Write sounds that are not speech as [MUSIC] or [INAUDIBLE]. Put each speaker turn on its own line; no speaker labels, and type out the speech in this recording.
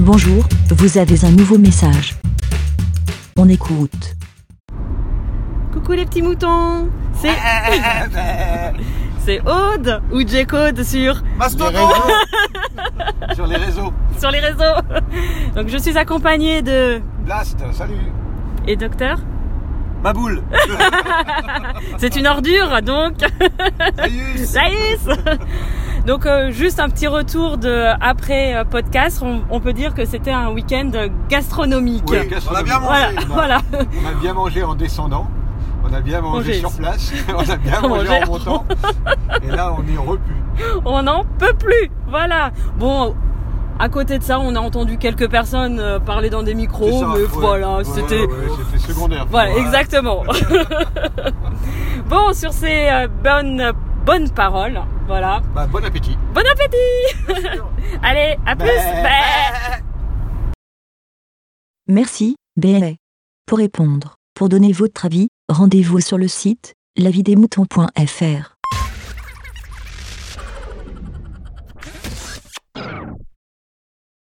Bonjour, vous avez un nouveau message. On écoute.
Coucou les petits moutons C'est c'est Aude ou J-Code sur,
Mastodon Sur les réseaux. [LAUGHS]
sur les réseaux. [LAUGHS] Donc je suis accompagnée de...
Blast, salut
Et docteur
Ma boule
C'est une ordure donc [LAUGHS]
Salut
Laïs [LAUGHS] Donc euh, juste un petit retour de après euh, podcast, on, on peut dire que c'était un week-end gastronomique.
Oui, on a bien
Voilà, [LAUGHS]
mangé
voilà.
On a bien mangé en descendant, on a bien mangé
Mangé.
sur place, [LAUGHS] on a bien
On
mangé
mangeait.
en montant, et là on est repu.
on n'en peut plus. Voilà. Bon, à côté de ça, on a entendu quelques personnes euh, parler dans des
C'est
micros,
ça,
mais
ouais.
voilà,
Ouais,
c'était.
ouais, c'était secondaire.
Voilà,
Ouais.
exactement. bon, sur ces euh, bonnes bonnes paroles, voilà.
Bah, bon appétit
Bon appétit. Allez, à plus.
Bah.
Bah.
Merci, BLA. Pour répondre, pour donner votre avis, rendez-vous sur le site lavidemouton.fr.